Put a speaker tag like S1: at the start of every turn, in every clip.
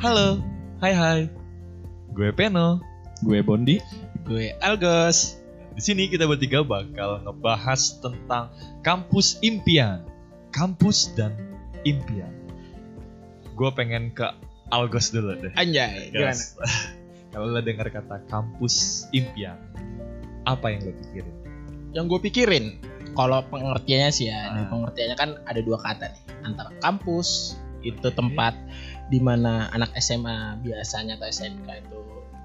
S1: Halo, hai hai. Gue Peno,
S2: Gue Bondi.
S1: gue Algos. Di sini kita bertiga bakal ngebahas tentang kampus impian, kampus dan impian. Gue pengen ke Algos dulu deh.
S3: Anjay, gimana?
S1: Gas. Kalau lo dengar kata kampus impian, apa yang lo pikirin?
S3: Yang gue pikirin, kalau pengertiannya sih ya, ini
S1: Ah.
S3: pengertiannya kan ada dua kata nih, antara kampus itu tempat di mana anak SMA biasanya atau SMK itu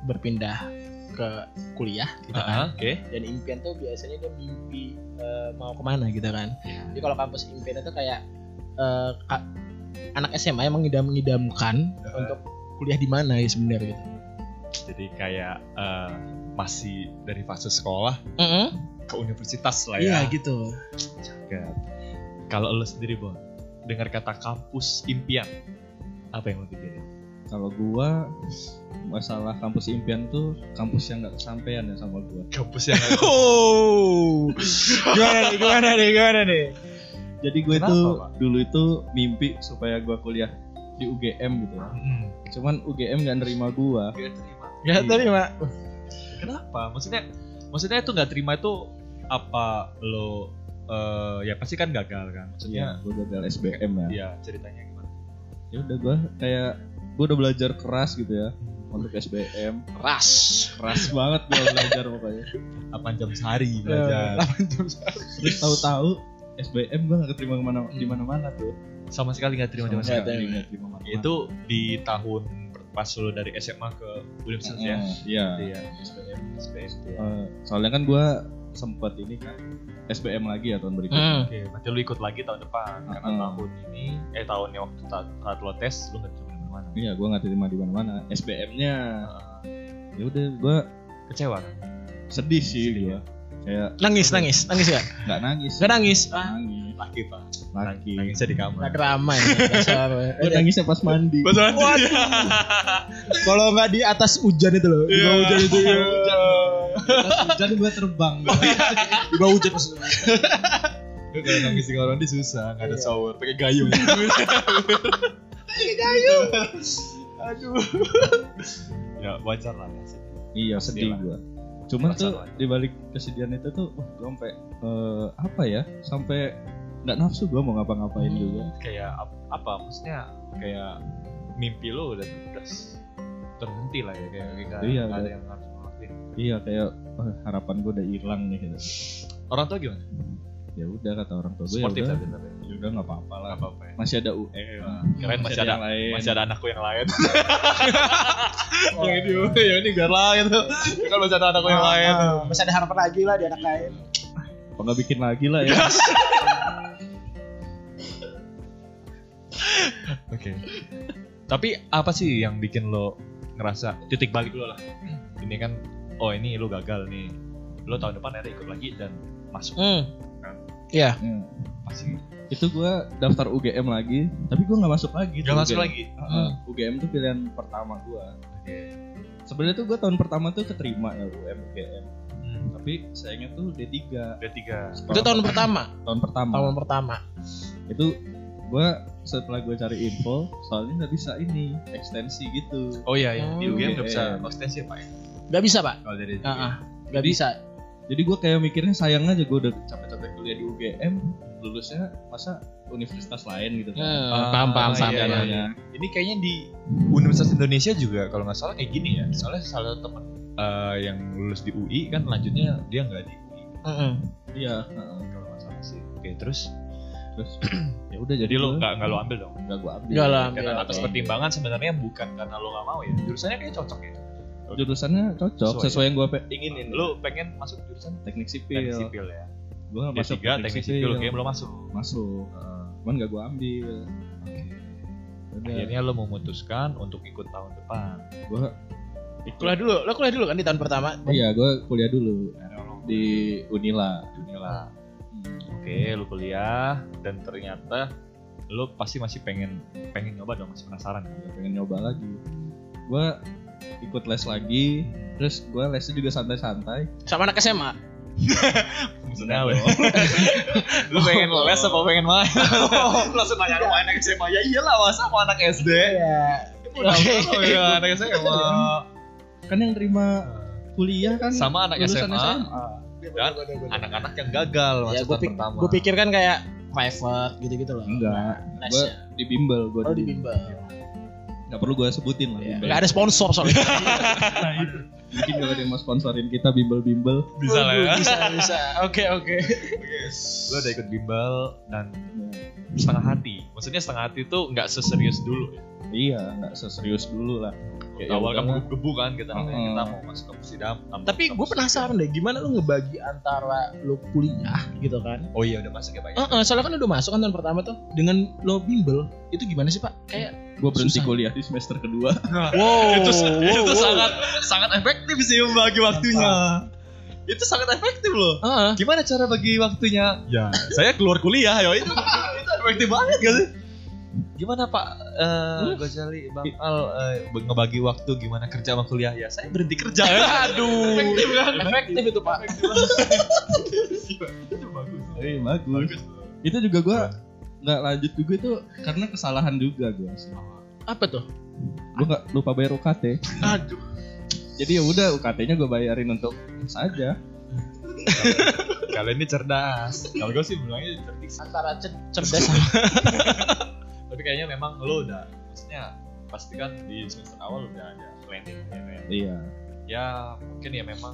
S3: berpindah ke kuliah, gitu
S1: Ah,
S3: kan?
S1: Oke.
S3: Dan impian tuh biasanya dia mimpi eh, mau kemana gitu kan?
S1: Ya,
S3: Jadi kalau kampus impian itu kayak eh, ka- anak SMA yang mengidam-ngidamkan
S1: Ah.
S3: untuk kuliah di mana ya sebenarnya gitu.
S1: Jadi kayak eh, masih dari fase sekolah
S3: Mm-mm.
S1: ke universitas lah ya.
S3: Iya gitu.
S1: Cakep. Kalau lo sendiri Bon, dengar kata kampus impian, apa yang lo pikirin?
S2: Kalau gua masalah kampus impian tuh kampus yang nggak kesampaian ya sama gua.
S1: Kampus yang
S3: Oh, gimana nih, gimana nih, gimana nih?
S2: Jadi gue
S1: Kenapa,
S2: tuh
S1: Pak?
S2: dulu itu mimpi supaya gua kuliah di UGM gitu.
S1: Hmm,
S2: Cuman UGM nggak nerima gua.
S1: gak terima.
S3: Ya
S2: Iya.
S3: tadi mak,
S1: Kenapa? Maksudnya, maksudnya itu nggak terima itu apa lo? eh, ya pasti kan gagal kan. Maksudnya,
S2: Iya, gua gagal SBM ya.
S1: ya ceritanya gimana?
S2: Ya udah gua kayak gua udah belajar keras gitu ya
S1: Mm.
S2: untuk SBM.
S3: ras.
S2: Keras banget gua belajar pokoknya.
S1: 8 jam sehari belajar.
S2: Terus tahu-tahu SBM gua nggak keterima kemana di mana-mana tuh.
S1: Sama sekali nggak terima sama
S3: Sama
S1: sekali.
S3: sekali.
S2: Nggak terima kemana-mana.
S1: Itu di tahun pas lo dari SMA ke universitas ya.
S2: Iya.
S1: Iya, SPM, SPM.
S2: Eh, soalnya kan gue sempat ini kan SBM lagi ya tahun
S3: Hmm.
S2: berikutnya.
S1: Oke, berarti lu ikut lagi tahun depan karena
S2: Hmm.
S1: tahun ini eh tahunnya waktu ta- saat lo tes lu nggak cuma mana-mana.
S2: Iya, gue nggak terima di mana-mana. SBM-nya,
S1: Eh,
S2: ya udah gue
S1: kecewa kan?
S2: sedih sih
S1: Sedih ya?
S2: gue. Kayak
S3: Nangis, nangis, nangis ya?
S2: nggak nangis.
S3: Gak nangis. Ah,
S2: Nangis.
S1: Laki pak,
S2: Lagi.
S1: nangisnya di kamar.
S3: gak drama ya. dasar.
S2: Gue nangisnya pas mandi.
S1: Betul. Waduh.
S3: Kalau nggak di atas hujan itu loh, di bawah hujan itu.
S1: Iya.
S2: Pas hujan gue terbang.
S3: Di bawah hujan pas.
S1: Lu Kalau nangis di kamar mandi susah, nggak ada
S3: Iya.
S1: shower, pakai gayung.
S3: Ayo.
S1: Aduh. Ya wajar lah ya. sih.
S2: iya, sedih
S1: Pastilah.
S2: gue. Cuman tuh
S1: Pastilah.
S2: dibalik kesedihan itu tuh, wah gue sampai eh, apa ya? Sampai nggak nafsu gue mau ngapa-ngapain
S1: Hmm.
S2: juga.
S1: Kayak ap- apa? Maksudnya kayak mimpi lo udah udah terhenti lah ya kayak kayak nggak
S2: Iya,
S1: nggak ada
S2: udah.
S1: yang harus lo lakuin.
S2: Iya, kayak wah, harapan gue udah hilang nih. Gitu.
S1: Orang tua gimana?
S2: Ya udah kata orang tua gue.
S1: Sportif
S2: ya
S1: tapi
S2: udah,
S1: tapi.
S2: ya udah nggak apa-apa lah.
S1: Nggak apa-apa ya.
S2: Masih ada UN.
S1: Keren masih ada
S2: yang lain.
S1: masih ada anakku yang lain. yang ini yang ini biar lah gitu. Ya kan masih ada anakku yang lain.
S3: Masih ada harapan lagi lah di anak lain.
S2: Apa nggak bikin lagi lah
S1: Iya.
S2: ya?
S1: Oke. Tapi apa sih yang bikin lo ngerasa titik balik lo lah? Ini kan oh ini lo gagal nih. Lo tahun depan ada ikut lagi dan masuk
S3: Hmm.
S2: Hmm.
S1: pasti.
S2: Itu gue daftar UGM lagi, tapi gue nggak masuk lagi. tuh
S1: Gak masuk
S2: UGM.
S1: lagi.
S2: Heeh, UGM tuh pilihan pertama gue.
S1: Oke.
S2: Sebenarnya tuh gue tahun pertama tuh keterima ya UM UGM,
S1: Hmm.
S2: tapi sayangnya tuh D3
S1: D3.
S3: Itu tahun pertama.
S2: tahun pertama.
S3: Tahun pertama.
S2: Itu gue setelah gue cari info, soalnya nggak bisa ini ekstensi gitu.
S1: Oh iya, iya. di
S3: Oh,
S1: UGM nggak bisa
S2: iya.
S1: ekstensi ya, Pak. ya?
S3: Gak bisa pak?
S1: Kalau dari
S3: Ah, ah. Gak bisa.
S2: Jadi gue kayak mikirnya sayang aja gue udah capek-capek kuliah di UGM, lulusnya masa universitas lain gitu. kan.
S3: Hmm,
S1: Ah,
S3: paham paham
S1: iya,
S3: paham.
S1: iya,
S3: paham.
S1: iya. ini kayaknya di Universitas Indonesia juga kalau nggak salah kayak gini ya soalnya salah satu teman eh, yang lulus di UI kan lanjutnya dia nggak di UI
S3: Mm-mm.
S2: Iya. heeh.
S1: kalau nggak salah sih oke terus
S2: Terus ya udah jadi
S1: jadi lo
S2: gua-
S1: nggak nggak lo ambil dong
S2: nggak gue ambil.
S3: Nggak lah,
S1: karena
S3: Iya,
S1: atas
S3: oke.
S1: pertimbangan sebenarnya bukan karena lo nggak mau ya jurusannya kayak cocok ya
S2: jurusannya cocok
S1: Sesuai.
S2: sesuai, yang gue inginin
S1: lo pengen masuk jurusan
S2: teknik sipil,
S1: teknik sipil ya
S2: gue nggak
S1: D3
S2: masuk iya.
S1: teknik sipil kayak belum masuk
S2: masuk eh, cuman gak gue ambil Udah,
S1: akhirnya lo memutuskan untuk ikut tahun depan
S2: gue
S3: Kuliah dulu, lo kuliah dulu kan di tahun pertama.
S2: iya gue kuliah dulu di Unila
S1: dunia lah Oke, lu kuliah dan ternyata lu pasti masih pengen pengen nyoba dong, masih penasaran kan?
S2: Gua pengen nyoba lagi gue ikut les lagi terus gue lesnya juga santai-santai
S3: Sama anak SMA.
S1: Maksudnya lu, lu pengen les apa pengen main? Langsung nanya lu anak SMA, ya iyalah masa mau anak SD?
S3: Iya.
S1: udah tahu ya anak SMA.
S2: kan yang terima kuliah kan
S1: Sama anak
S2: lulusan
S1: SMA. Dan Anak-anak yang gagal
S3: ya
S1: masuk
S3: gue
S1: tahun pertama.
S3: pikir kan kayak private gitu-gitu loh
S2: Enggak.
S3: les
S2: Gua
S3: ya.
S2: di bimbel, gua
S3: oh di
S2: di bimbel.
S3: bimbel
S2: Enggak perlu gua sebutin lah.
S3: ya.
S2: bimbel.
S3: nggak ada sponsor soalnya
S2: Nah, itu. Mungkin kalau ada yang mau sponsorin kita bimbel-bimbel.
S1: bisa lah ya.
S3: Waduh, bisa bisa oke oke
S1: Gue udah ikut bimbel dan setengah hati. Maksudnya setengah hati itu nggak seserius dulu. ya.
S2: Iya, nggak seserius dulu lah. Ya,
S1: Awal
S2: ya
S1: kamu
S2: udahlah.
S1: gebu kan kita,
S2: Heeh.
S1: kita mau masuk kampus idam.
S3: tapi gue penasaran deh gimana lu ngebagi antara lu kuliah gitu kan
S1: Oh iya udah masuk ya Pak. ya?
S3: Heeh, soalnya kan lu udah masuk kan tahun pertama tuh dengan lo bimbel itu gimana sih pak kayak
S2: Gua berhenti
S3: Susah.
S2: kuliah di semester kedua.
S3: wow
S1: itu itu sangat sangat efektif sih membagi waktunya. Itu sangat efektif loh.
S3: Heeh.
S1: Gimana cara bagi waktunya? Ya, saya keluar kuliah ya itu itu efektif banget gak sih? Gimana Pak eh Gozali Bang Al eh, ngebagi waktu gimana kerja sama kuliah? Ya saya berhenti kerja. Aduh. Efektif kan?
S3: efektif itu pak
S1: Itu bagus.
S2: Eh, bagus. Itu juga gua nggak lanjut juga itu karena kesalahan juga gua sih.
S3: apa tuh
S2: Gua nggak lupa bayar UKT.
S3: aduh
S2: Jadi ya udah UKT-nya gua bayarin untuk saja.
S1: Kalian ini cerdas. Kalau gue sih bilangnya cerdik.
S3: antara cer- cerdas sama
S1: Tapi kayaknya memang lo udah maksudnya pastikan di semester awal udah ada planning ya kayak
S2: Iya.
S1: ya mungkin ya memang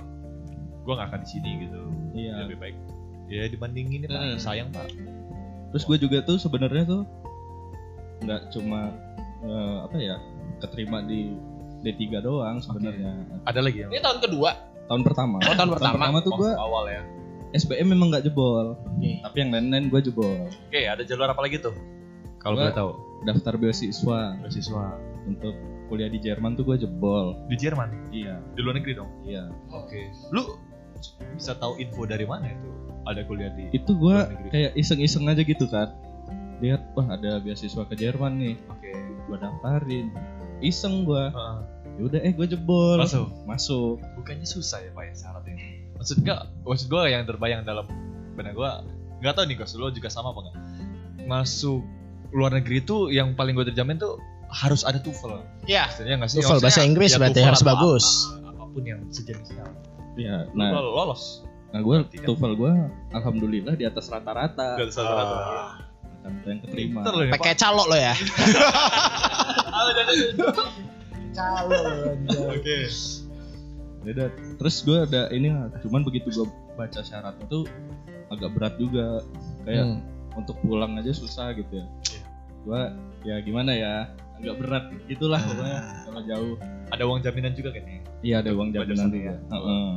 S1: gue gak akan di sini gitu
S2: Iya.
S1: lebih baik ya dibandingin ya pak
S3: Hmm.
S1: sayang pak
S2: Terus gue juga tuh sebenarnya tuh nggak cuma eh, apa ya keterima di D3 doang sebenarnya.
S1: ada lagi yang
S3: ini tahun kedua
S2: Tahun pertama.
S3: Oh, Iya, tahun pertama.
S2: tuh gue
S1: Waktu awal ya
S2: SBM memang nggak jebol, tapi yang lain-lain gue jebol.
S1: oke ada jalur apa lagi tuh kalau
S2: Gua-
S1: boleh tahu
S2: Daftar beasiswa
S1: beasiswa
S2: untuk kuliah di Jerman tuh gue jebol.
S1: di Jerman
S2: Iya,
S1: di luar negeri dong
S2: iya.
S1: lu bisa tahu info dari mana itu ada kuliah di
S2: Itu gue
S1: Luar negeri.
S2: kayak iseng-iseng aja gitu kan. Lihat wah ada beasiswa ke Jerman nih,
S1: oke
S2: gue daftarin. Iseng gue,
S1: Heeh.
S2: yaudah eh gue jebol.
S1: masuk
S2: Masuk.
S1: bukannya susah ya pak ya syaratnya maksud gak maksud gue yang terbayang dalam benak gue nggak tahu nih Gus, lo juga sama apa nggak masuk luar negeri itu yang paling gue terjamin tuh harus ada TOEFL
S3: ya
S1: maksudnya nggak sih
S3: TOEFL
S1: Maksudnya,
S3: bahasa Inggris
S1: ya,
S3: berarti
S1: TOEFL
S3: harus
S1: atau
S3: bagus.
S1: apa, apapun yang sejenisnya
S2: Iya.
S1: nah.
S2: Nah,
S1: lo lolos
S2: Nah gue
S1: Berarti kan-
S2: TOEFL gue alhamdulillah di atas rata-rata.
S1: gak usah rata
S2: Rata-rata yang keterima.
S1: Pinter lo nih,
S3: pakai
S1: Pak.
S3: calok lo ya
S1: Ah, udah, udah, udah.
S3: calok
S1: oke
S2: Beda. Terus gue ada ini lah, cuman begitu gue baca syaratnya tuh agak berat juga.
S3: Iya.
S2: Kayak
S3: Hmm.
S2: untuk pulang aja susah gitu ya.
S1: Iya.
S2: Gue ya gimana ya agak berat gitulah pokoknya
S1: Ah.
S2: kalau jauh.
S1: ada uang jaminan juga kayaknya
S2: Iya ada uang
S1: Pada
S2: jaminan
S1: saat
S2: juga.
S1: ya.
S2: Heeh.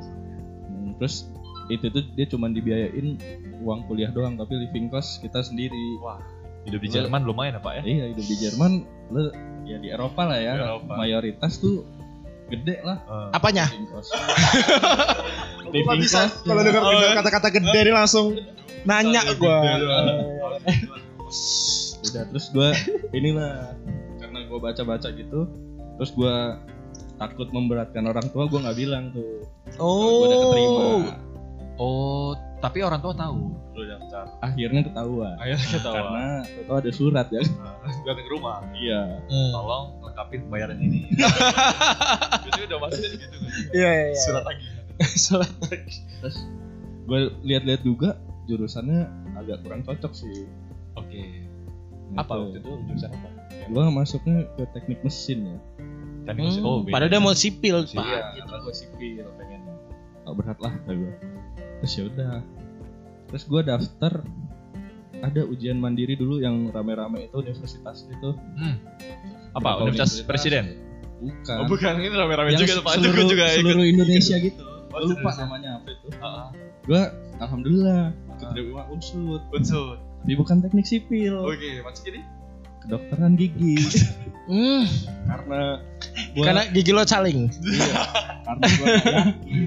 S2: Hmm, Terus itu tuh dia cuman dibiayain uang kuliah doang tapi living cost kita sendiri.
S1: wah hidup di
S2: Lo-
S1: Jerman lumayan ya pak ya
S2: Iya hidup di Jerman lo ya di Eropa lah ya.
S1: Di Eropa.
S2: Mayoritas tuh gede lah.
S1: Eh,
S3: apanya
S2: living cost.
S1: Nggak bisa.
S3: kalau dengar
S1: Oh,
S3: dengar kata-kata gede ini langsung nanya
S1: Nggak
S3: gua
S2: Udah terus gue inilah karena gue baca-baca gitu terus gue takut memberatkan orang tua gue nggak bilang tuh gue udah keterima
S3: oh
S1: oh tapi orang tua tahu
S2: lu daftar akhirnya ketahuan
S1: ayo kita
S2: karena itu ada surat ya
S1: datang ke rumah
S2: iya
S3: Hmm.
S1: tolong lengkapin bayaran ini itu udah masuk gitu kan
S3: iya iya, iya.
S1: surat lagi
S3: surat
S2: terus gue lihat-lihat juga jurusannya agak kurang cocok sih
S1: oke apa waktu itu jurusan apa
S2: gue masuknya ke teknik mesin ya
S1: teknik
S3: Hmm,
S1: mesin. oh beda.
S3: padahal dia mau sipil
S1: Sipil.
S3: pak
S2: karena gue sipil pengen oh, berat lah kata gue terus ya udah terus gue daftar ada ujian mandiri dulu yang rame-rame itu universitas itu
S1: Hmm. apa
S2: Berapa
S1: universitas
S2: universitas?
S1: presiden
S2: bukan
S1: oh bukan ini rame-rame
S2: yang
S1: juga tuh pak itu
S2: seluruh,
S1: gue juga ikut Ah,
S2: seluruh Indonesia gitu
S1: Oh,
S2: Gua lupa
S1: serius?
S2: namanya apa itu
S1: Heeh.
S2: gue alhamdulillah keterima unsur
S1: unsur
S2: tapi bukan teknik sipil
S1: oke masuk ini
S2: kedokteran gigi
S3: hmm.
S2: karena gue
S3: karena gigi lo caling
S2: karena gue yakin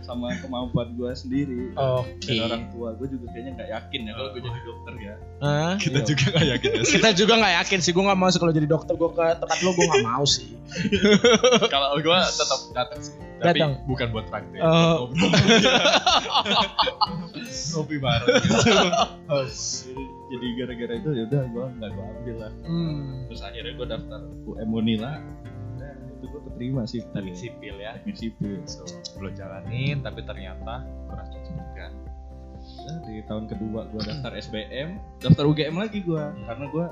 S2: sama kemampuan gue sendiri
S3: Oke.
S2: dan
S1: Iya.
S2: orang tua gue juga kayaknya nggak yakin ya kalau gue jadi dokter ya
S3: Hah?
S1: Kita
S2: Iya.
S1: juga gak yakin ya sih.
S3: Kita juga nggak yakin sih, gue nggak mau sih kalau jadi dokter gue ke tempat lo gue nggak mau sih.
S1: Kalau gue tetap datang sih. Tapi
S3: Datang.
S1: bukan buat praktek.
S3: Oh.
S1: Ngobrol. Ngopi bareng.
S2: jadi, jadi gara-gara itu ya udah gue nggak gue ambil lah
S3: Hmm.
S2: terus akhirnya gue daftar UM Unila Nah, itu gue keterima sih
S1: Teknik sipil ya.
S2: teknik sipil
S1: So, belum jalanin tapi ternyata kurang cocok kan.
S2: Nah, di tahun kedua gue daftar SBM daftar UGM lagi gue karena gue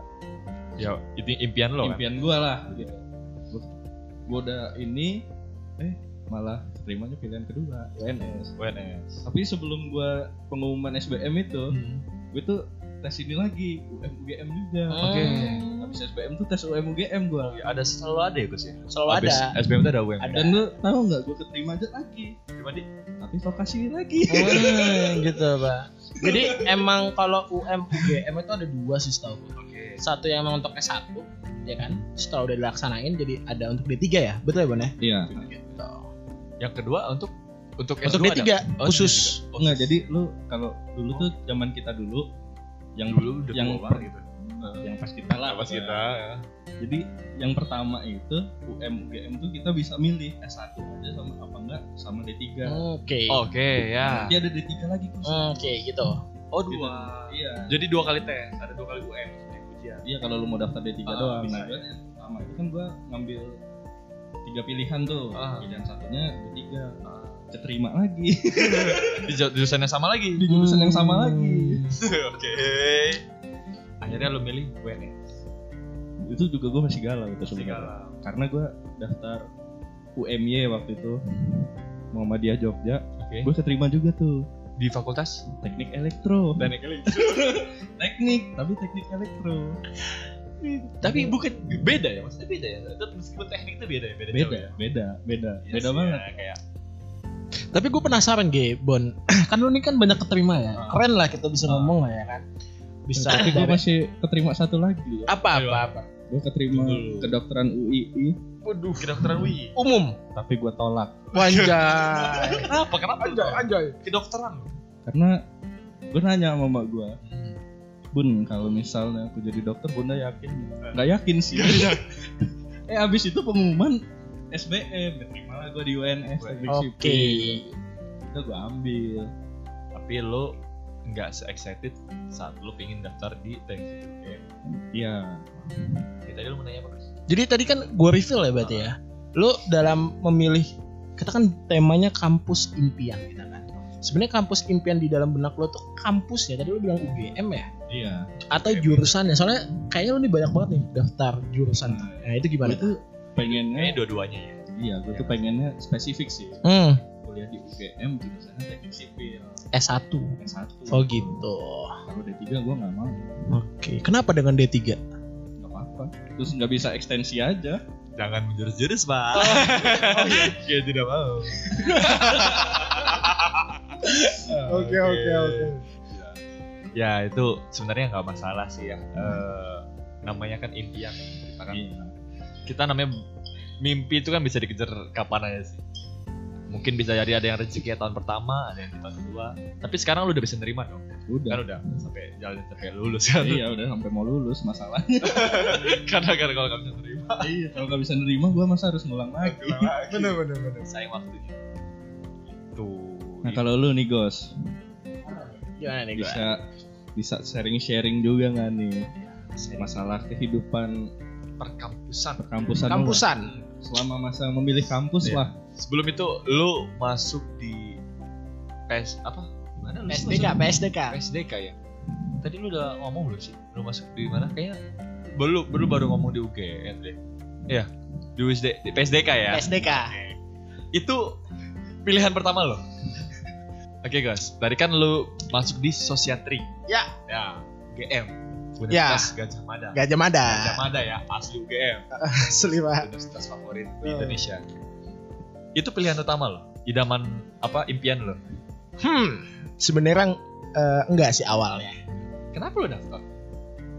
S1: Ya, itu impian lo kan.
S2: impian gue lah gue udah ini eh malah terimanya pilihan kedua UNS
S1: UNS.
S2: tapi sebelum gue pengumuman SBM itu
S1: Hmm.
S3: Hmm.
S2: gue tuh tes ini lagi UM UGM juga
S1: Oke.
S2: habis SBM tuh tes UM UGM gue
S1: Ya, ada selalu ada ya Gus ya.
S3: Selalu
S1: Abis
S3: ada.
S1: SBM tuh ada UM.
S3: Ada.
S2: dan lu tahu nggak gue keterima aja lagi
S1: Cuma di
S2: tapi vokasi lagi
S3: Hmm, gitu pak. Jadi emang kalau UM UGM itu ada dua sih setahu gue. Satu yang emang untuk S1 ya kan. Setelah udah dilaksanain jadi ada untuk D3 ya. Betul ya Bon ya?
S2: iya
S3: Gitu.
S1: yang kedua untuk untuk,
S3: Untuk
S1: S2
S3: D3
S1: ada. Oh,
S3: khusus.
S1: D3. Oh,
S2: enggak jadi lu kalau dulu tuh zaman kita dulu yang
S1: dulu udah
S2: yang eh,
S1: tua banget gitu.
S2: yang pas kita lah
S1: Pas kita ya.
S2: jadi yang pertama itu UM UGM tuh kita bisa milih S1 aja sama apa enggak sama D3
S3: Oke.
S1: Oke, ya.
S2: nanti ada D3 lagi Kus.
S3: Oke gitu.
S1: Oh,
S2: Gitu.
S1: dua.
S2: iya
S1: Jadi dua kali tes, ada dua kali UM yang ujian.
S2: iya kalau lu mau daftar D3
S1: Ah,
S2: doang
S1: bisa,
S2: nah gua yang pertama itu kan gua ngambil tiga pilihan tuh
S1: Ah.
S2: pilihan satunya D3 Ah. keterima lagi
S1: Di ju- jurusan yang sama lagi.
S2: di jurusan yang sama lagi
S1: Oke. Akhirnya lu milih ya? UNS.
S2: Hmm. itu juga gue masih galau itu sebenarnya karena gue daftar UMY waktu itu Muhammadiyah Jogja
S1: Oke.
S2: gue keterima juga tuh
S1: Di fakultas
S2: teknik elektro
S1: teknik lagi.
S2: teknik tapi teknik elektro
S1: Tapi bukan beda ya, maksudnya beda ya. Itu Meskipun teknik itu beda ya, beda. jauh ya?
S2: beda beda beda
S1: Iya
S2: beda
S1: sih
S2: banget
S1: ya, kayak
S3: Tapi gue penasaran Ge, Bon. kan lu ini kan banyak keterima ya.
S1: Ah.
S3: Keren lah kita bisa
S1: Ah.
S3: ngomong lah ya kan. Bisa
S2: tapi gue
S3: dari-
S2: masih keterima satu lagi loh
S3: apa apa apa.
S2: gue keterima
S1: Dulu.
S2: kedokteran UII
S1: waduh, kedokteran UI.
S3: Umum.
S2: tapi gue tolak
S3: Wanjai.
S1: Kenapa? Kenapa?
S3: anjay.
S1: Kedokteran.
S2: karena gue nanya sama mbak gue bun kalau misalnya aku jadi dokter bunda yakin nggak? nggak yakin sih eh abis itu pengumuman SBM diterima lah gue di UNS teknik
S3: Oke.
S2: sipil. itu gue ambil
S1: Tapi lo nggak se-excited saat lo pengen daftar di teknik UGM.
S2: iya
S1: Ya, tadi lo mau nanya apa, Mas?
S3: Jadi tadi kan gue reveal ya berarti
S1: Ah.
S3: ya. Lu dalam memilih kita kan temanya kampus impian kita kan. Sebenarnya kampus impian di dalam benak lo tuh kampus ya. Tadi lu bilang UGM ya
S2: iya
S3: atau jurusannya. Soalnya kayaknya lu nih banyak banget nih daftar jurusan. Nah, itu
S2: gue
S3: gimana tuh?
S1: Iya.
S2: tuh
S1: Kayaknya
S2: pengennya
S1: dua-duanya ya.
S2: iya gue tuh pengennya spesifik sih
S3: Hmm,
S2: kuliah di UGM jurusannya teknik sipil
S3: S1.
S2: S1
S3: Oh gitu.
S2: kalau D3 gue nggak mau
S3: Oke. Kenapa dengan D3?
S2: nggak apa-apa terus nggak bisa ekstensi aja
S1: Jangan menjurus-jurus, Pak. ya tidak mau. Oke, oke, oke. Ya, itu sebenarnya nggak masalah sih ya. Eh, namanya kan impian. Kita
S2: Iya.
S1: kan kita namanya mimpi itu kan bisa dikejar kapan aja sih mungkin bisa jadi ada yang rezeki tahun pertama ada yang di tahun kedua tapi sekarang lu udah bisa nerima dong kan
S2: udah
S1: udah sampai jalan sampai lulus kan
S2: iya udah sampai mau lulus masalah
S1: karena karena kalau nggak bisa nerima
S2: iya kalau nggak bisa nerima gue masa harus ngulang lagi
S1: bener bener bener sayang waktunya itu
S2: nah kalau lu nih Gos
S3: Gimana nih Iya, gua?
S2: bisa bisa sharing-sharing juga nggak nih masalah kehidupan
S1: perkampusan
S2: perkampusan lu lah.
S3: Kampusan.
S2: selama masa memilih kampus
S1: Iya.
S2: lah
S1: sebelum itu lu masuk di PS apa mana lu
S3: PSDK,
S1: masuk?
S3: PSDK.
S1: SDK ya. Tadi lu udah ngomong belum sih? Lu masuk di mana? Kayaknya belum, belum baru ngomong di UGM deh. Iya, di USD, di PSDK ya.
S3: PSDK.
S1: Itu pilihan pertama lo. Oke guys, tadi kan lu masuk di Sosiatri.
S3: Ya.
S1: Ya, UGM. Universitas Gajah Mada.
S3: Gajah Mada.
S1: Gajah Mada ya, asli UGM.
S3: Asli, Pak.
S1: Universitas favorit di
S3: Eh.
S1: Indonesia. Itu pilihan utama lo. Idaman apa impian lo?
S3: Hmm, sebenarnya eh, enggak sih awalnya.
S1: Kenapa lo daftar?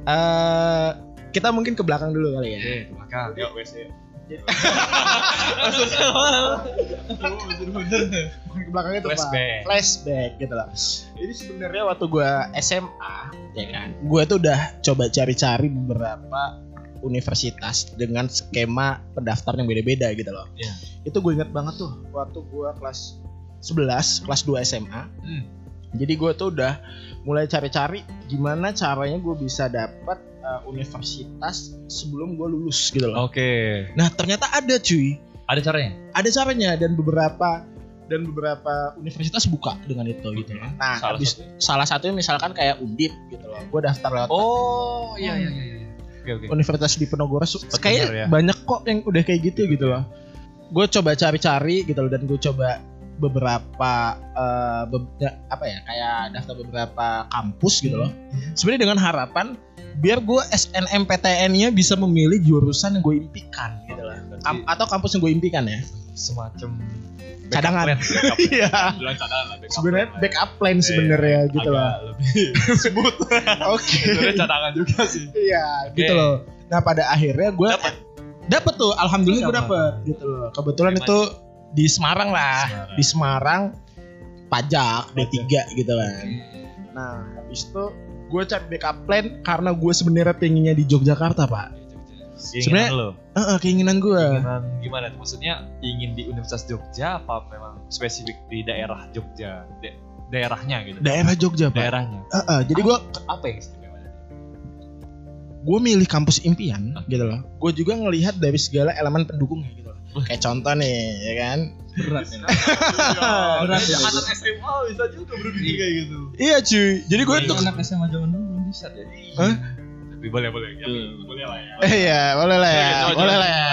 S3: Eh, kita mungkin ke belakang dulu kali ya.
S1: Oke, ke belakang. Yuk, wes, yuk. Maksudnya apa? Oh,
S3: Bukan ke belakang itu
S1: Flashback.
S3: Pak. Flashback gitu lah. Jadi sebenarnya waktu gua SMA ya kan, gua tuh udah coba cari-cari beberapa universitas dengan skema pendaftaran yang beda-beda gitu loh.
S1: Iya.
S3: Itu gue inget banget tuh waktu gua kelas 11, kelas 2 SMA.
S1: Hmm.
S3: Jadi gue tuh udah mulai cari-cari gimana caranya gue bisa dapat uh, universitas sebelum gue lulus gitu loh.
S1: Oke,
S3: Nah ternyata ada cuy
S1: ada caranya?
S3: ada caranya dan beberapa dan beberapa universitas buka dengan itu gitu loh. Nah, salah, habis,
S1: satu.
S3: salah satunya misalkan kayak Undip gitu loh. Gue daftar lewat
S1: Oh, iya iya iya. iya. Oke oke.
S3: Universitas Diponegoro. Su-
S1: Sempat dengar ya.
S3: Kayak banyak kok yang udah kayak gitu gitu loh. Gue coba cari-cari gitu loh dan gue coba beberapa eh, be- ya, apa ya kayak daftar beberapa kampus gitu loh. Sebenarnya dengan harapan biar gue SNMPTN-nya bisa memilih jurusan yang gue impikan gitu loh. Kam- atau kampus yang gue impikan ya.
S1: Iya. semacam backup
S3: Cadangan.
S1: plan, backup plan.
S3: Iya.
S1: Bilang cadangan lah, backup
S3: sebenarnya
S1: plan lah.
S3: backup plan sebenarnya
S1: Iya,
S3: gitu loh.
S1: agak lebih sebut
S3: Oke.
S1: sebenarnya cadangan juga sih
S3: Iya, gitu
S1: Oke.
S3: loh. Nah, pada akhirnya gue
S1: Dapet.
S3: dapet tuh, alhamdulillah gue
S1: Sama.
S3: dapet gitu loh. Kebetulan
S1: Terima
S3: itu di Semarang lah,
S1: Semarang.
S3: di Semarang pajak D3 gitu kan. Nah, habis itu gue cari backup plan karena gue sebenarnya pengennya di Yogyakarta pak.
S1: sebenarnya lo
S3: Eh, eh, keinginan gue.
S1: keinginan gimana tuh maksudnya ingin di Universitas Jogja apa memang spesifik di daerah Jogja Da- daerahnya gitu
S3: Daerah Jogja pak.
S1: daerahnya
S3: Eh, eh, jadi gue
S1: apa yang istimewanya
S3: gue milih kampus impian gitu loh. Gue juga ngelihat dari segala elemen pendukungnya gitu loh. Kayak contoh nih, ya kan.
S2: berat ya.
S1: Berat
S2: Iya,
S1: anak SMA bisa juga berpikir kayak gitu
S3: Iya cuy. Jadi gue
S2: Itu
S3: tuh
S2: anak SMA zaman dulu belum bisa deh.
S3: Hah?
S1: tapi boleh boleh ya, boleh lah ya
S3: Eh, Iya, boleh lah ya,
S1: Oke,
S3: boleh
S1: coba.
S3: lah ya.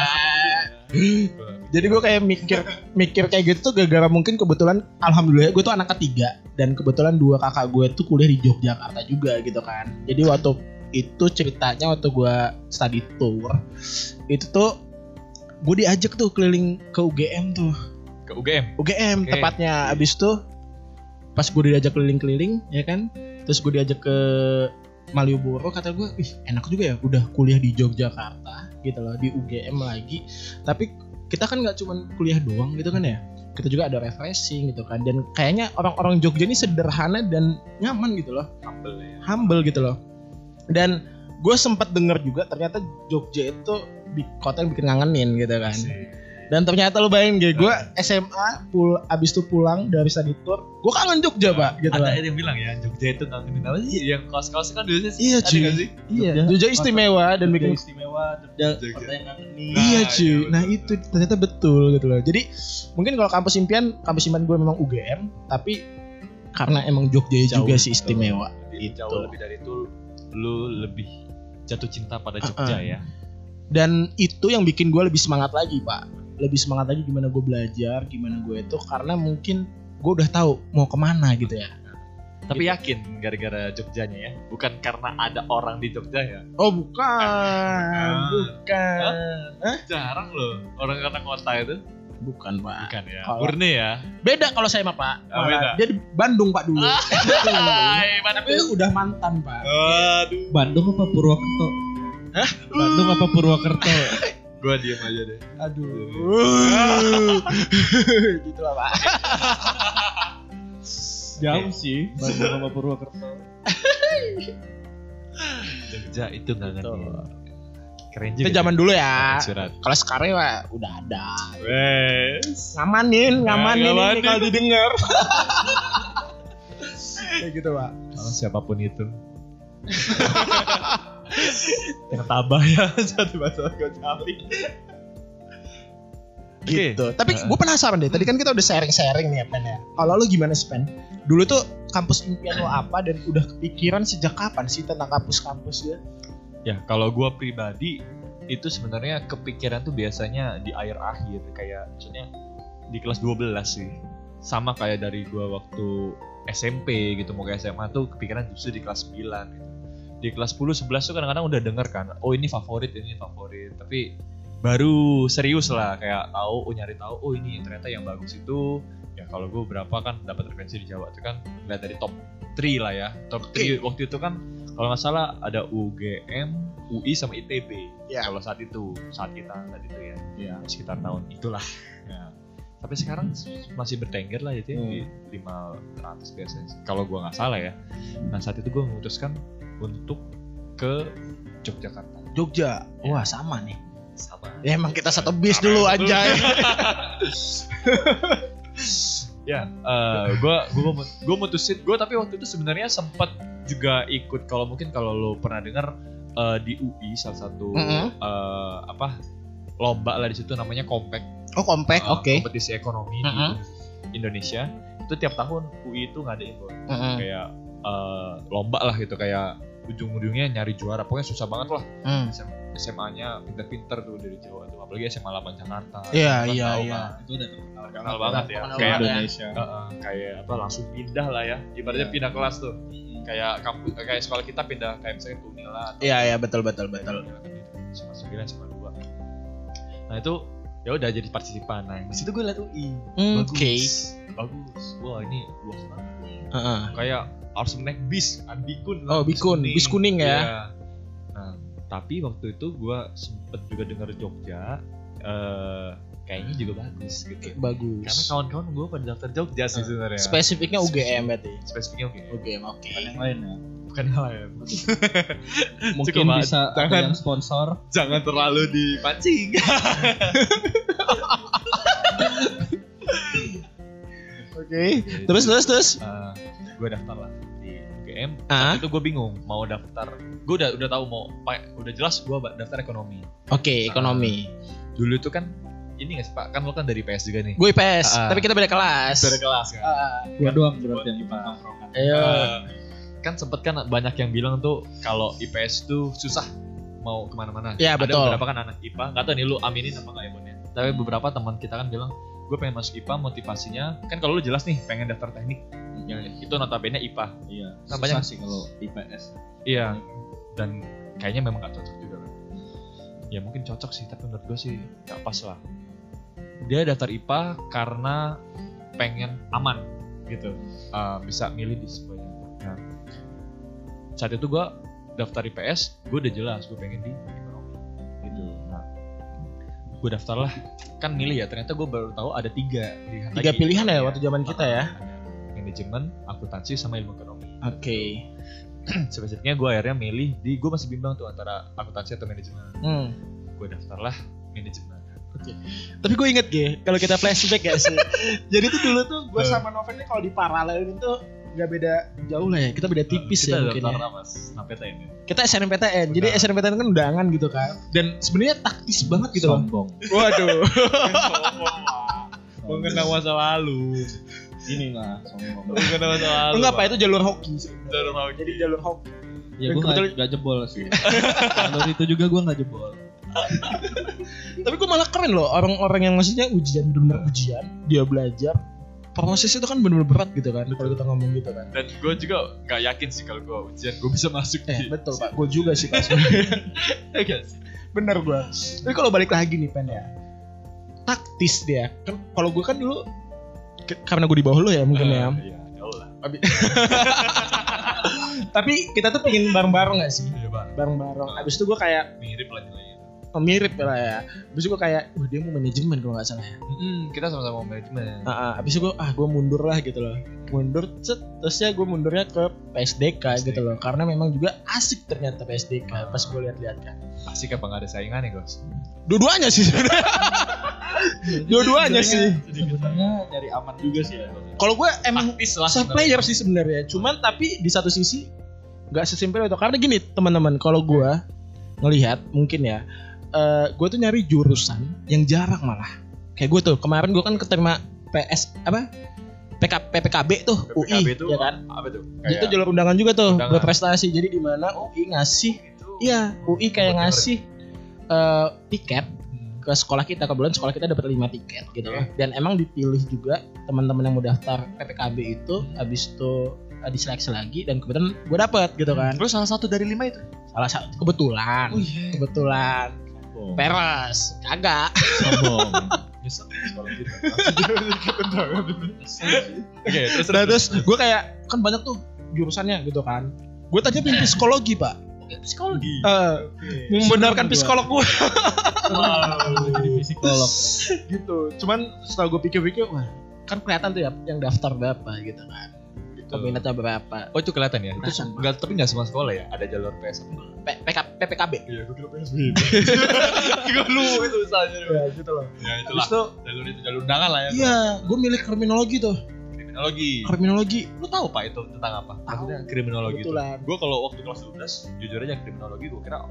S3: Jadi gue kayak mikir mikir kayak gitu tuh gara-gara mungkin kebetulan alhamdulillah gue tuh anak ketiga dan kebetulan dua kakak gue tuh kuliah di Yogyakarta juga gitu kan. Jadi waktu itu ceritanya waktu gue study tour itu tuh gue diajak tuh keliling ke UGM tuh
S1: ke UGM
S3: UGM
S1: Oke.
S3: tepatnya abis tuh pas gue diajak keliling-keliling ya kan terus gue diajak ke Malioboro kata gue ih enak juga ya udah kuliah di Yogyakarta gitu loh di UGM lagi tapi kita kan nggak cuman kuliah doang gitu kan ya kita juga ada refreshing gitu kan dan kayaknya orang-orang Jogja ini sederhana dan nyaman gitu loh
S1: humble ya
S3: humble gitu loh dan gue sempat denger juga ternyata Jogja itu di kota yang bikin ngangenin gitu kan dan ternyata lu bayangin gak, gue
S1: Ah.
S3: SMA pul abis itu pulang dari study tour, gue kangen Jogja pak, gitu
S1: Ah, ada
S3: lah.
S1: yang bilang ya Jogja itu kangenin apa sih yang kaos-kaos kan biasanya sih
S3: Iya
S1: ada
S3: cuy,
S1: nggak sih?
S3: iya.
S2: Jogja-
S3: Jogja istimewa dan bikin
S2: istimewa, Jogja,
S1: Jogja.
S2: kota yang ngangenin.
S1: Nah,
S3: iya
S1: iya,
S3: cuy,
S1: betul,
S3: nah
S1: betul.
S3: itu ternyata betul gitu loh. Jadi mungkin kalau kampus impian, kampus impian gue memang UGM, tapi karena emang Jogja
S1: Jauh,
S3: juga sih
S1: jauh.
S3: istimewa.
S1: Lebih-
S3: Gitu.
S1: jauh lebih dari itu lu lebih jatuh cinta pada Jogja ya
S3: Dan itu yang bikin gue lebih semangat lagi pak, lebih semangat lagi gimana gue belajar, gimana gue itu karena mungkin gue udah tahu mau kemana gitu ya.
S1: tapi yakin gara-gara Jogjanya ya bukan karena ada orang di Jogja ya
S3: Oh bukan,
S1: Ah.
S3: bukan, Hah?
S1: jarang loh orang karena kota itu
S3: bukan pak.
S1: bukan ya
S3: Kalau-
S1: murni ya
S3: Beda kalau saya mah Pak.
S1: Oh, beda. Ah.
S3: Dia di Bandung Pak dulu.
S1: Hai, mana
S3: Tapi udah mantan
S1: Oh.
S3: Pak.
S1: aduh
S2: Bandung apa Purwokerto?
S3: Hah?
S2: Bandung apa Purwokerto?
S1: gua diem aja deh
S3: Aduh. gitu lah Pak.
S2: Jauh sih Bandung sama Purwokerto.
S1: Jogja itu nggak ngerti
S3: Betul.
S1: keren juga
S3: Itu zaman dulu ya.
S1: surat
S3: Kalau sekarang Pak udah ada.
S1: wes
S3: Ngamanin,
S1: Nah,
S3: ngamanin, ini
S1: ngamanin.
S3: kalau didengar. Kayak gitu Pak.
S1: sama siapapun itu yang tabah ya satu bahasa Gojali
S3: Gitu. Tapi
S1: Heeh.
S3: gue penasaran deh. Tadi kan kita udah sharing-sharing nih ya Pen ya. Kalau lu gimana sih Pen? Dulu tuh kampus impian lo apa dan udah kepikiran sejak kapan sih tentang kampus-kampus ya?
S1: Ya, kalau gua pribadi itu sebenarnya kepikiran tuh biasanya di akhir akhir kayak maksudnya di kelas 12 sih. Sama kayak dari gua waktu SMP gitu mau ke SMA tuh kepikiran justru di kelas 9 gitu. Di kelas 10 11 tuh kadang-kadang udah denger kan, oh ini favorit, ini favorit. Tapi baru serius lah kayak tahu oh nyari tahu oh ini ternyata yang bagus itu ya kalau gue berapa kan dapat referensi di Jawa itu kan lihat dari top 3 lah ya top 3 waktu itu kan Kalau nggak salah ada UGM, UI sama ITB.
S3: Ya.
S1: Kalau saat itu, saat kita saat itu ya,
S2: Iya.
S1: sekitar tahun itulah. Ya. Tapi sekarang masih bertengger lah itu ya,
S2: Hmm.
S1: di lima ratus biasanya. Kalau gua nggak salah ya. Nah saat itu gua memutuskan untuk ke Yogyakarta.
S3: Jogja. Wah, sama nih.
S1: Sama.
S3: Ya emang kita satu bis dulu
S1: Iya. Sama.
S3: aja.
S1: Ya, gue gue gue mutusin gue tapi waktu itu sebenarnya sempat juga ikut kalau mungkin kalau lo pernah dengar eh, di UI salah satu
S3: Mm-mm.
S1: eh, apa lomba lah di situ namanya Compact
S3: Oh, compact.
S1: eh,
S3: Oke.
S1: kompetisi ekonomi
S3: Mm-mm.
S1: di Indonesia itu tiap tahun UI itu ngadain Bro.
S3: Mm-mm.
S1: kayak eh, lomba lah gitu kayak ujung-ujungnya nyari juara pokoknya susah banget lah
S3: Hmm.
S1: SMA-nya pinter-pinter tuh dari Jawa tuh apalagi SMA 8 Jakarta
S3: Iya,
S1: Kan
S3: iya,
S1: tahu
S3: iya.
S1: kan.
S2: Itu udah terkenal
S1: terkenal banget ya
S3: Terkenal
S1: kayak
S3: banget.
S2: Indonesia.
S1: Heeh, kayak apa langsung pindah lah ya ibaratnya
S2: Iya.
S1: pindah kelas tuh
S3: Hmm.
S1: kayak kampus kayak sekolah kita pindah kayak misalnya ke Unila atau
S3: Iya, iya, betul betul betul.
S1: Unila kan gitu. SMA 9 SMA 2 nah itu ya udah jadi partisipan nah di situ gue liat UI
S3: Hmm,
S1: Bagus.
S3: Oke.
S1: bagus wah ini luas banget
S3: Heeh.
S1: kayak harus naik bis kan bikun
S3: Oh, bikun. Bis kuning ya.
S1: Iya. nah tapi waktu itu gue sempet juga denger Jogja eh kayaknya juga bagus gitu karena
S3: Bagus.
S1: kawan-kawan gue pada daftar Jogja sih
S3: Eh,
S1: sebenarnya
S3: Spesifiknya UGM berarti.
S1: spesifiknya oke
S3: UGM oke.
S2: Kan yang lain ya.
S1: bukan yang lain
S2: Mungkin
S1: Cukup, Pak.
S2: bisa ada
S1: Jangan.
S2: yang sponsor.
S1: jangan terlalu dipancing
S3: Oke. Terus terus terus.
S1: gue Eh, daftar lah di UGM
S3: Ah,
S1: itu gue bingung mau daftar gue udah udah tahu mau pa- udah jelas gue daftar ekonomi
S3: oke, ekonomi.
S1: dulu tuh kan ini nggak sih pak kan lo kan dari PS juga nih
S3: Gue IPS,
S1: Ah.
S3: tapi kita beda kelas. Ah,
S1: dari kelas kan
S2: Gua doang berarti yang IPA.
S3: Ayo.
S1: Eh, kan sempet kan banyak yang bilang tuh kalau IPS tuh susah mau kemana-mana
S3: Iya,
S1: ada
S3: betul.
S1: beberapa kan anak IPA nggak tahu nih lu aminin apa nggak ya Bon, ya tapi beberapa teman kita kan bilang gue pengen masuk IPA motivasinya kan kalau lu jelas nih pengen daftar teknik Ya,
S2: Iya,
S1: itu notabene IPA
S2: Iya.
S1: Nah,
S2: Susah
S1: banyak-
S2: sih kalau IPS.
S1: Iya. Dan kayaknya memang gak cocok juga kan. Ya mungkin cocok sih, tapi menurut gue sih gak pas lah. Dia daftar IPA karena pengen aman gitu. Eh, bisa milih di semuanya. Nah, saat itu gue daftar IPS, gue udah jelas gue pengen di ekonomi gitu. Nah, gue daftar lah. Kan milih ya, ternyata gue baru tahu ada tiga pilihan
S3: Tiga
S1: lagi.
S3: pilihan ya
S1: Iya.
S3: waktu zaman kita ya.
S1: Ada Manajemen, akuntansi, sama ilmu ekonomi
S3: Oke.
S1: spesifiknya gue akhirnya milih di gue masih bimbang tuh antara akuntansi atau manajemen
S3: Hmm.
S1: gue daftarlah manajemen
S3: Tapi gue inget gak kalau kita flashback ya sih. Jadi tuh dulu tuh gue sama Novel nih kalau di paralel itu nggak beda jauh lah ya. Kita beda tipis
S1: kita
S3: ya mungkin.
S1: daftar
S3: ya.
S1: apa SNMPTN ya
S3: Kita SNMPTN. Jadi
S1: Udah.
S3: SNMPTN kan undangan gitu kan. Dan sebenarnya taktis banget gitu loh.
S2: Sombong.
S3: Waduh.
S1: mengenang masa lalu
S2: Inilah sombong.
S1: mengenang masa lalu
S3: Enggak apa itu jalur hoki. sih.
S1: Jalur hoki.
S3: Jadi jalur hoki.
S2: Ya gue
S3: Kebetulan-
S2: gak, jebol sih. Kalau itu juga gue gak jebol.
S3: Tapi gue malah keren loh orang-orang yang maksudnya ujian bener ujian dia belajar prosesnya itu kan bener-bener berat gitu kan kalau kita ngomong gitu kan.
S1: dan gue juga nggak yakin sih kalau gue ujian gue bisa masuk
S3: Eh
S1: di
S3: betul pak, gue juga sih pak.
S1: Ya nggak sih?
S3: Bener gue. Tapi kalau balik lagi nih Pen ya, taktis dia. Kan kalau gue kan dulu ke- karena gue di bawah lo ya mungkin
S1: Eh,
S3: ya.
S1: iya, jauh lah
S3: Tapi kita tuh pengen bareng-bareng gak sih?
S1: Iya, Bang.
S3: Bareng-bareng. Abis itu gue kayak
S1: mirip lah nilainya
S3: oh, mirip lah ya. Abis itu gue kayak, wah dia mau manajemen kalau nggak salah ya.
S1: Mm, kita sama-sama manajemen
S3: Ah, ah. abis itu gue ah gue mundur lah gitu loh. Mundur cet, terusnya gue mundurnya ke PSDK gitu loh. Karena memang juga asik ternyata PSDK pas gue lihat-lihat kan.
S1: asik apa nggak ada saingan ya guys
S3: Dua-duanya sih. Dua-duanya sih.
S2: Sebenarnya nyari aman juga sih ya.
S3: Kalau gue emang
S1: taktis lah gitu.
S3: soft player sih sebenarnya cuman tapi di satu sisi nggak sesimpel itu karena gini teman-teman kalau gua ngelihat mungkin ya eh gue tuh nyari jurusan yang jarang malah kayak gue tuh kemarin gue kan keterima PS apa PK, PPKB tuh UI
S1: PPKB itu
S3: ya kan
S1: apa tuh
S3: itu jalur undangan juga tuh
S1: Undangan.
S3: buat prestasi jadi di mana UI ngasih
S1: itu
S3: iya UI kayak
S1: Buat
S3: ngasih eh tiket
S1: Hmm. Iya.
S3: ke sekolah kita kebetulan sekolah kita dapat 5 tiket gitu loh dan emang dipilih juga teman-teman yang mau daftar PPKB itu habis itu eh, diseleksi lagi dan kebetulan gue dapet gitu kan
S1: terus salah satu dari lima itu
S3: salah satu kebetulan
S1: Oh iya.
S3: kebetulan
S2: Sombong.
S3: peres kagak
S2: Sombong.
S1: nyesel kalau kita Ikut banget. oke terus
S3: terus gue kayak kan banyak tuh jurusannya gitu kan Gue tadinya pengen
S1: Iya.
S3: psikologi pak.
S1: Psikologi.
S3: Eh, membenarkan psikolog gue
S2: jadi psikolog
S3: gitu. Cuman setelah gue pikir-pikir, wah kan kelihatan tuh ya yang daftar berapa gitu kan. Peminatnya berapa.
S1: Oh itu kelihatan ya. Itu
S3: Kelihatan.
S1: enggak tapi enggak semua sekolah ya, ada jalur PS.
S3: P- PK- PPKB.
S1: Iya, gue kira PSBB. lu itu misalnya.
S3: gitu loh.
S1: Ya
S3: Habis
S1: itulah.
S3: itu,
S1: Jalur itu jalur undangan lah ya.
S3: iya, gue milih kriminologi tuh.
S1: Iya. Kriminologi.
S3: Kriminologi.
S1: Lu tahu Pak itu tentang apa? Maksudnya kriminologi itu.
S3: Kebetulan.
S1: Gue kalau waktu kelas 12 jujur aja kriminologi gue kira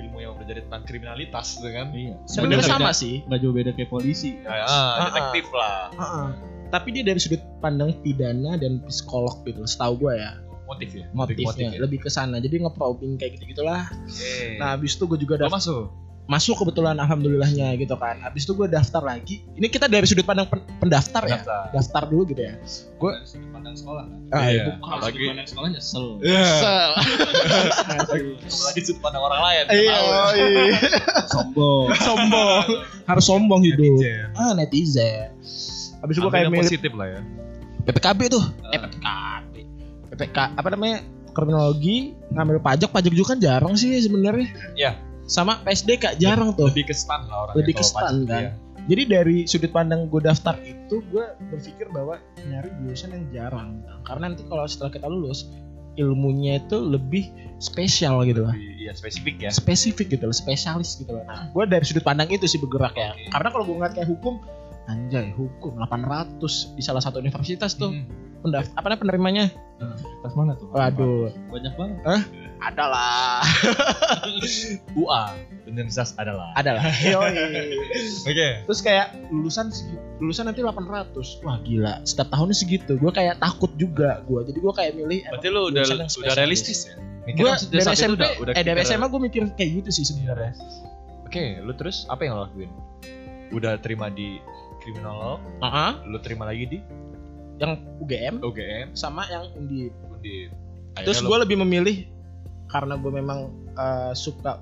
S1: ilmu yang belajar tentang kriminalitas gitu kan.
S2: iya
S3: Sebenarnya
S1: Bener-bener.
S3: sama sih.
S2: nggak jauh beda kayak polisi
S1: Ya, ah, detektif lah.
S3: Heeh. Tapi dia dari sudut pandang pidana dan psikolog gitu, loh, setahu gue ya
S1: Motif ya. Iya. Lebih ke
S3: motifnya lebih ke sana. Jadi ngeprobing kayak gitu gitulah.
S1: Oke.
S3: Nah abis itu gue juga
S1: Gua
S3: daftar
S1: masuk.
S3: masuk kebetulan alhamdulillahnya gitu kan. Abis itu gue daftar lagi. Ini kita dari sudut pandang pen- pendaftar ya.
S1: Daftar.
S3: Daftar dulu gitu ya.
S2: gue sudut pandang sekolah kan
S3: Ah,
S1: Iya.
S3: itu-
S2: kalau
S1: Apalagi- Iya.
S2: sudut pandang sekolah nyesel
S3: Sel.
S1: Apalagi sudut pandang orang lain.
S3: Iya, iya.
S2: sombong
S3: sombong. Harus sombong hidup.
S1: Netizen.
S3: Ah netizen. Abis itu gue kayak
S1: Ambil yang
S3: milih
S1: positif lah ya.
S3: PPKB tuh. Eh, PPKB. PPK apa namanya? Kriminologi ngambil pajak, pajak juga kan jarang sih sebenarnya.
S1: Iya.
S3: Sama PSDK jarang tuh.
S1: Lebih ke stan lah orang.
S3: Lebih ke stan, kan?
S1: Iya,
S3: Jadi dari sudut pandang gue daftar itu gue berpikir bahwa nyari jurusan yang jarang. Karena nanti kalau setelah kita lulus ilmunya itu lebih spesial gitu lah.
S1: Iya spesifik ya.
S3: Spesifik gitu loh, spesialis gitu loh. Nah, gue dari sudut pandang itu sih bergerak ya.
S1: Oke.
S3: Karena kalau gue ngeliat kayak hukum, anjay hukum 800 di salah satu universitas tuh
S1: Hmm.
S3: pendaft apa namanya penerimanya
S2: tas mana tuh
S3: Waduh,
S2: banyak banget
S3: ada lah,
S1: UA Universitas adalah
S3: ada lah.
S1: Oke
S3: Terus kayak lulusan segi- lulusan nanti 800. Wah, gila. Setiap tahunnya segitu. Gue kayak takut juga gua. Jadi gue kayak milih emang
S1: Berarti lu udah
S3: lulusan yang
S1: udah
S3: spesialis.
S1: realistis ya?
S3: Gue
S1: Mikirnya maksudnya
S3: dari
S1: saat itu
S3: SMP,
S1: udah- udah
S3: eh dari
S1: kira-
S3: SMA gue mikir kayak gitu sih sebenarnya.
S1: Oke lu terus apa yang lo lakuin? Udah terima di kriminolog
S3: Heeh.
S1: Lu terima lagi di
S3: Yang UGM
S1: UGM
S3: sama yang Undip.
S1: lu di
S3: Terus gue lebih memilih karena gue memang eh, suka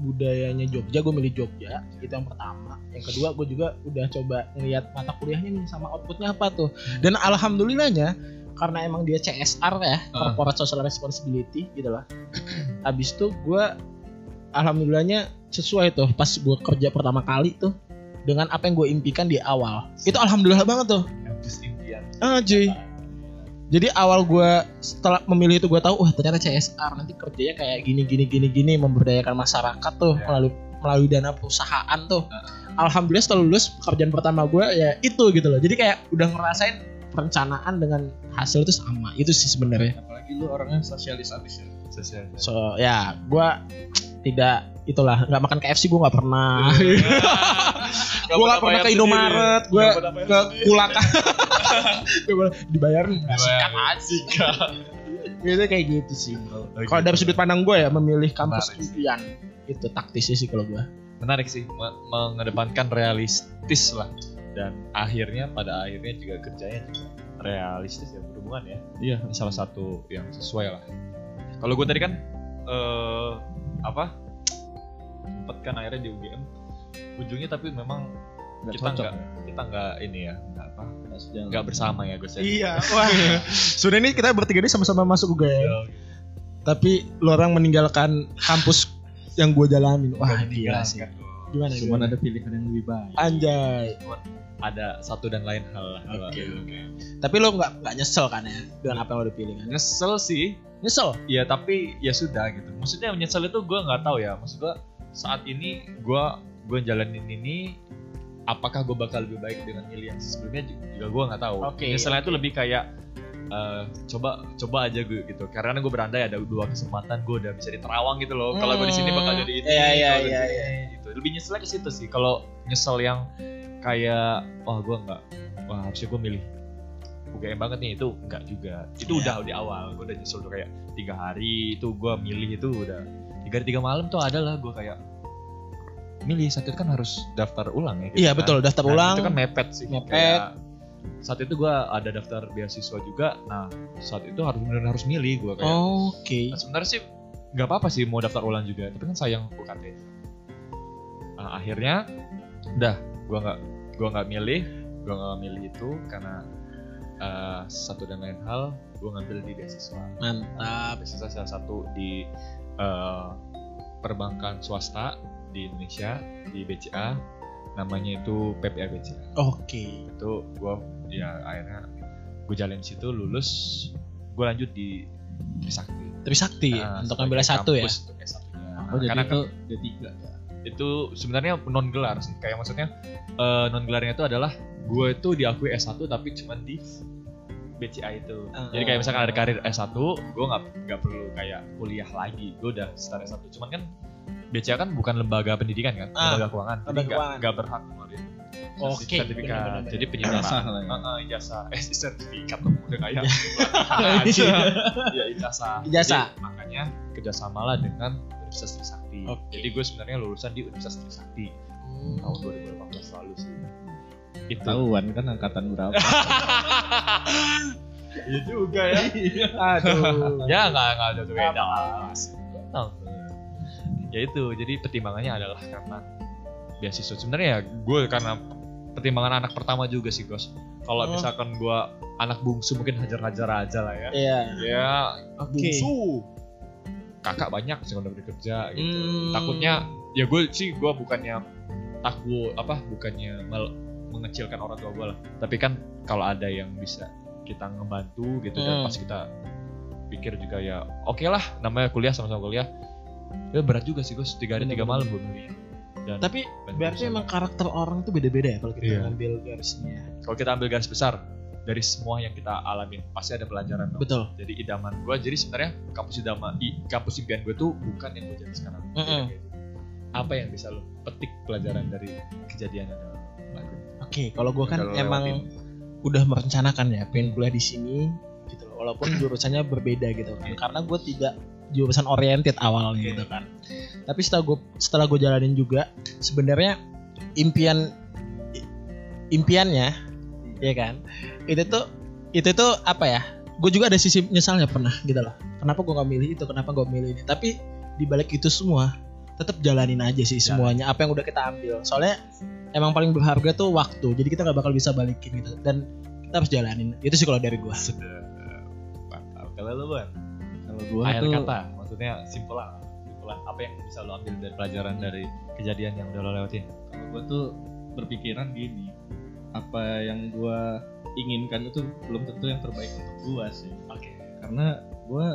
S3: budayanya Jogja, gue milih Jogja itu yang pertama. Yang kedua gue juga udah coba ngeliat mata kuliahnya nih sama outputnya apa tuh. Dan alhamdulillahnya karena emang dia CSR ya,
S1: Ah.
S3: Corporate Social Responsibility gitu lah. Abis itu gue alhamdulillahnya sesuai tuh pas gue kerja pertama kali tuh dengan apa yang gue impikan di awal. Itu alhamdulillah banget tuh.
S1: kampus impian
S3: Ah, cuy. Jadi awal gua setelah memilih itu gua tahu wah ternyata CSR nanti kerjanya kayak gini gini gini gini memberdayakan masyarakat tuh
S1: Ya.
S3: melalui melalui dana perusahaan tuh. Alhamdulillah setelah lulus pekerjaan pertama gua ya itu gitu loh. Jadi kayak udah ngerasain perencanaan dengan hasil itu sama. Itu sih sebenarnya.
S2: apalagi lu orangnya sosialis abis ya
S1: sosial
S3: So ya gua tidak itulah nggak makan KFC gua nggak pernah. gua Iya, nggak pernah ke Indomaret, gua ke Kulakan. Gua pernah- dibayarin nggak sih? Itu kayak gitu sih bro.
S1: Oke.
S3: Kalau dari sudut pandang gue ya memilih kampus
S1: Menarik gitu. sih.
S3: impian itu taktisnya sih kalau gue.
S1: menarik sih me- mengedepankan realistis lah dan akhirnya pada akhirnya juga kerjanya juga realistis ya berhubungan ya
S2: iya
S1: ini salah satu yang sesuai lah kalau gue tadi kan eh apa sempet kan akhirnya di UGM ujungnya tapi memang kita
S2: nggak cocok
S1: nggak kita nggak ini ya nggak apa
S2: nggak sejalan.
S1: nggak bersama ya Gus ya
S3: Iya. Wah. Sudah ini kita bertiga ini sama-sama masuk UGM.
S1: Iya.
S3: Tapi lu orang meninggalkan kampus yang gue jalanin. Wah gila sih.
S1: gitu.
S3: Gimana?
S2: cuman
S3: gimana?
S2: ada pilihan yang lebih baik
S3: Anjay.
S1: ada satu dan lain hal lah
S3: Oke, Tapi lo nggak nggak nyesel kan ya dengan apa yang lo udah pilih kan?
S1: nyesel sih
S3: Nyesel.
S1: ya tapi ya sudah gitu maksudnya menyesal itu gue nggak tahu ya maksud gue saat ini gue gue jalanin ini apakah gue bakal lebih baik dengan milih yang sebelumnya ju- juga gue nggak tahu
S3: Oke,
S1: Menyesalnya itu lebih kayak eh, coba coba aja gue gitu karena gue berandai ada dua kesempatan gue udah bisa diterawang gitu loh kalau gue di sini bakal jadi ini
S3: Iya iya
S1: kalau di
S3: iya.
S1: sini
S3: iya.
S1: gitu lebih nyeselnya ke situ sih kalau nyesel yang kayak wah gue nggak wah harusnya gue milih UGM banget nih itu nggak juga itu
S3: Iya.
S1: udah di awal gue udah nyesel tuh kayak tiga hari itu gue milih itu udah tiga hari tiga malam tuh adalah gue kayak milih satu itu kan harus daftar ulang ya gitu
S3: Iya
S1: kan.
S3: betul daftar
S1: Nah,
S3: ulang.
S1: itu kan mepet sih
S3: Mepet.
S1: Kayak saat itu gue ada daftar beasiswa juga nah saat itu harus benar harus milih gue kayak
S3: Oke.
S1: Nah, sebenarnya sih nggak apa-apa sih mau daftar ulang juga, tapi kan sayang UKT. Nah, akhirnya udah gua nggak gua nggak milih, gua nggak milih itu karena eh, eh, satu dan lain hal gue ngambil di beasiswa Eh,
S3: mantap
S1: beasiswa salah satu di eh, perbankan swasta di Indonesia di BCA namanya itu PPA BCA
S3: oke
S1: itu gue ya akhirnya gue jalin di situ lulus gue lanjut di Trisakti
S3: Trisakti
S1: Nah,
S3: Iya, untuk
S1: sebagai
S3: ngambil S1 ya
S1: kampus untuk S1-nya. Nah,
S2: Oh, jadi
S1: karena
S2: itu D3 ya.
S1: itu sebenarnya non gelar sih kayak maksudnya eh, non gelarnya itu adalah gue itu diakui S1 tapi cuma di BCA itu
S3: Ah.
S1: jadi kayak misalkan ada karir S1 gue nggak nggak perlu kayak kuliah lagi gue udah start S1 cuman kan BCA kan bukan lembaga pendidikan kan
S3: Ah,
S1: lembaga keuangan jadi
S3: lembaga
S1: nggak
S3: keuangan.
S1: nggak berhak ngeluarin
S3: Oke,
S1: sertifikat.
S3: benar-benar.
S1: jadi
S2: Ijazah
S1: penyelenggaraan
S2: lah ya.
S1: Heeh, ijazah eh sertifikat dong udah ya? kayak
S3: Iya.
S1: ya ijazah
S3: Ijazah.
S1: Jadi, makanya kerjasamalah dengan Universitas Trisakti
S3: Oke.
S1: jadi gue sebenarnya lulusan di Universitas Trisakti tahun 2018 lalu sih Gitu. itu
S2: Tahuan kan angkatan berapa?
S1: Iya juga ya
S3: aduh
S1: ya nggak nggak ada tuh beda lah. Tahu. ya itu jadi pertimbangannya adalah karena beasiswa sebenarnya ya gue karena pertimbangan anak pertama juga sih Gos kalau
S3: Oh.
S1: misalkan gue anak bungsu mungkin hajar-hajar aja lah ya
S3: Iya.
S1: ya
S3: Oke.
S1: bungsu kakak banyak sih udah kerja gitu
S3: Hmm.
S1: takutnya ya gue sih gue bukannya takut apa bukannya mel- mengecilkan orang tua gue lah tapi kan kalau ada yang bisa kita ngebantu gitu dan
S3: Hmm.
S1: pas kita pikir juga ya oke lah namanya kuliah sama-sama kuliah ya berat juga sih Gus tiga hari tiga malam gue
S3: Bener-bener.
S1: beli dan
S3: Tapi
S1: dan
S3: berarti
S1: bisa.
S3: emang karakter orang tuh beda-beda ya kalau kita
S1: Iya.
S3: ngambil garisnya.
S1: kalau kita ambil garis besar dari semua yang kita alamin pasti ada pelajaran dong.
S3: Betul.
S1: jadi idaman gue jadi sebenarnya kampus idaman i, kampus impian gue tuh bukan yang gue jadi sekarang
S3: Mm-mm.
S1: apa yang bisa lo petik pelajaran dari kejadian yang ada lalu?
S3: Oke, kalau gua kan
S1: Kalau lewatin.
S3: emang udah merencanakan ya pengen kuliah di sini gitu loh. Walaupun jurusannya berbeda gitu kan. Karena gue tidak jurusan oriented awalnya gitu kan. Tapi setelah gue setelah gue jalanin juga sebenarnya impian i- impiannya ya kan. Itu tuh itu tuh apa ya? Gue juga ada sisi nyesalnya pernah gitu loh. Kenapa gue nggak milih itu? Kenapa gue milih ini? Tapi dibalik itu semua tetap jalanin aja sih semuanya apa yang udah kita ambil soalnya emang paling berharga tuh waktu jadi kita nggak bakal bisa balikin gitu dan kita harus jalanin itu sih kalau dari gua
S1: Mantap. Kalau lo buat
S2: Kalau gua
S1: akhir
S2: tuh
S1: kata, maksudnya simpel lah. Simpel lah. Apa yang bisa lo ambil dari pelajaran dari kejadian yang udah lo lewatin?
S2: kalau gue tuh berpikiran gini apa yang gue inginkan itu belum tentu yang terbaik untuk gue sih
S1: Oke.
S2: karena gue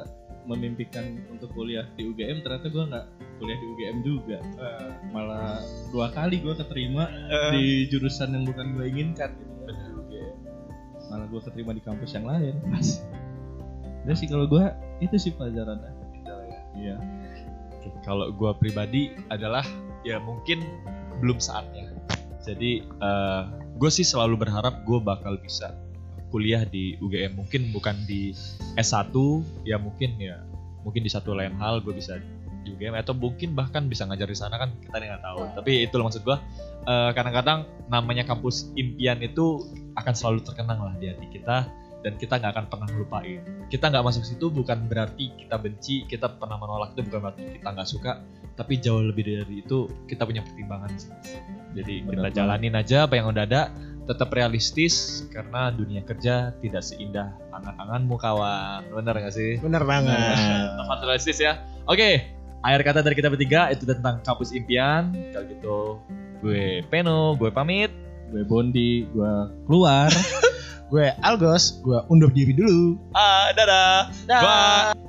S2: memimpikan untuk kuliah di UGM ternyata gue nggak kuliah di UGM juga malah dua kali gue keterima di jurusan yang bukan gue inginkan gitu kan, di UGM. malah gue keterima di kampus yang lain udah sih kalau gue itu sih pelajarannya iya
S1: Oke, Kalau gua pribadi adalah ya mungkin belum saatnya. Jadi gue sih selalu berharap gue bakal bisa kuliah di UGM mungkin bukan di S1 ya mungkin ya mungkin di satu lain hal gue bisa di UGM atau mungkin bahkan bisa ngajar di sana kan kita nggak tahu
S2: Iya.
S1: tapi itu loh maksud gue eh, kadang-kadang namanya kampus impian itu akan selalu terkenang lah di hati kita dan kita nggak akan pernah lupain kita nggak masuk situ bukan berarti kita benci kita pernah menolak itu bukan berarti kita nggak suka tapi jauh lebih dari itu kita punya pertimbangan sih jadi kita
S2: Benar banget.
S1: jalanin aja apa yang udah ada tetap realistis karena dunia kerja tidak seindah angan-anganmu kawan bener gak sih
S3: bener banget
S1: tempat realistis ya oke akhir kata dari kita bertiga itu tentang kampus impian kalau gitu gue Peno gue pamit
S2: gue bondi gue keluar
S3: gue Algos gue undur diri dulu
S1: ah dadah
S3: Dah.
S1: bye